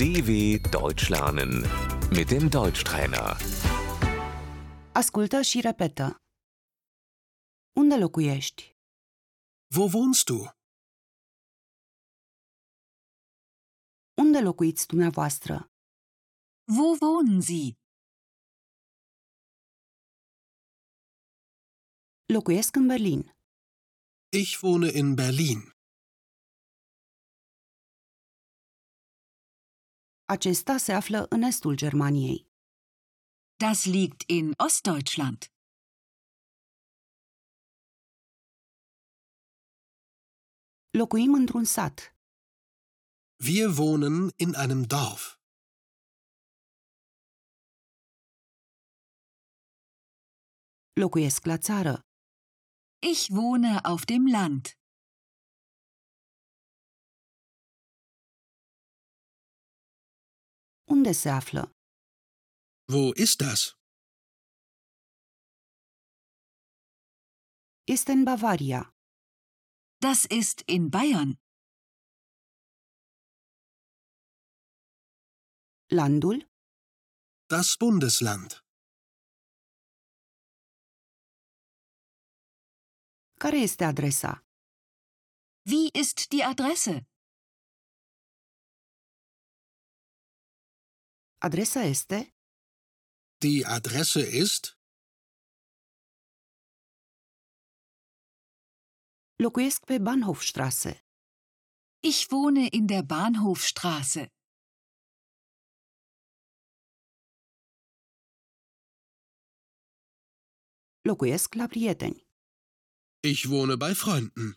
DW Deutsch lernen mit dem Deutschtrainer. Ascultă și repetă. Unde locuiești? Wo wohnst du? Unde locuiți dumneavoastră? Wo wohnen Sie? Locuiesc în Berlin. Ich wohne in Berlin. Acesta se află în estul Germaniei. Das liegt in Ostdeutschland. Locuim într-un sat. Wir wohnen in einem Dorf. Locuiesc la țară. Ich wohne auf dem Land. Unde se află? Wo ist das? Este în Bavaria. Das ist in Bayern. Landul? Das Bundesland. Care este adresa? Wie ist die Adresse? Adresa este Die Adresse ist Locuiesc pe Bahnhofstrasse. Ich wohne in der Bahnhofstraße. Locuiesc la prieteni. Ich wohne bei Freunden.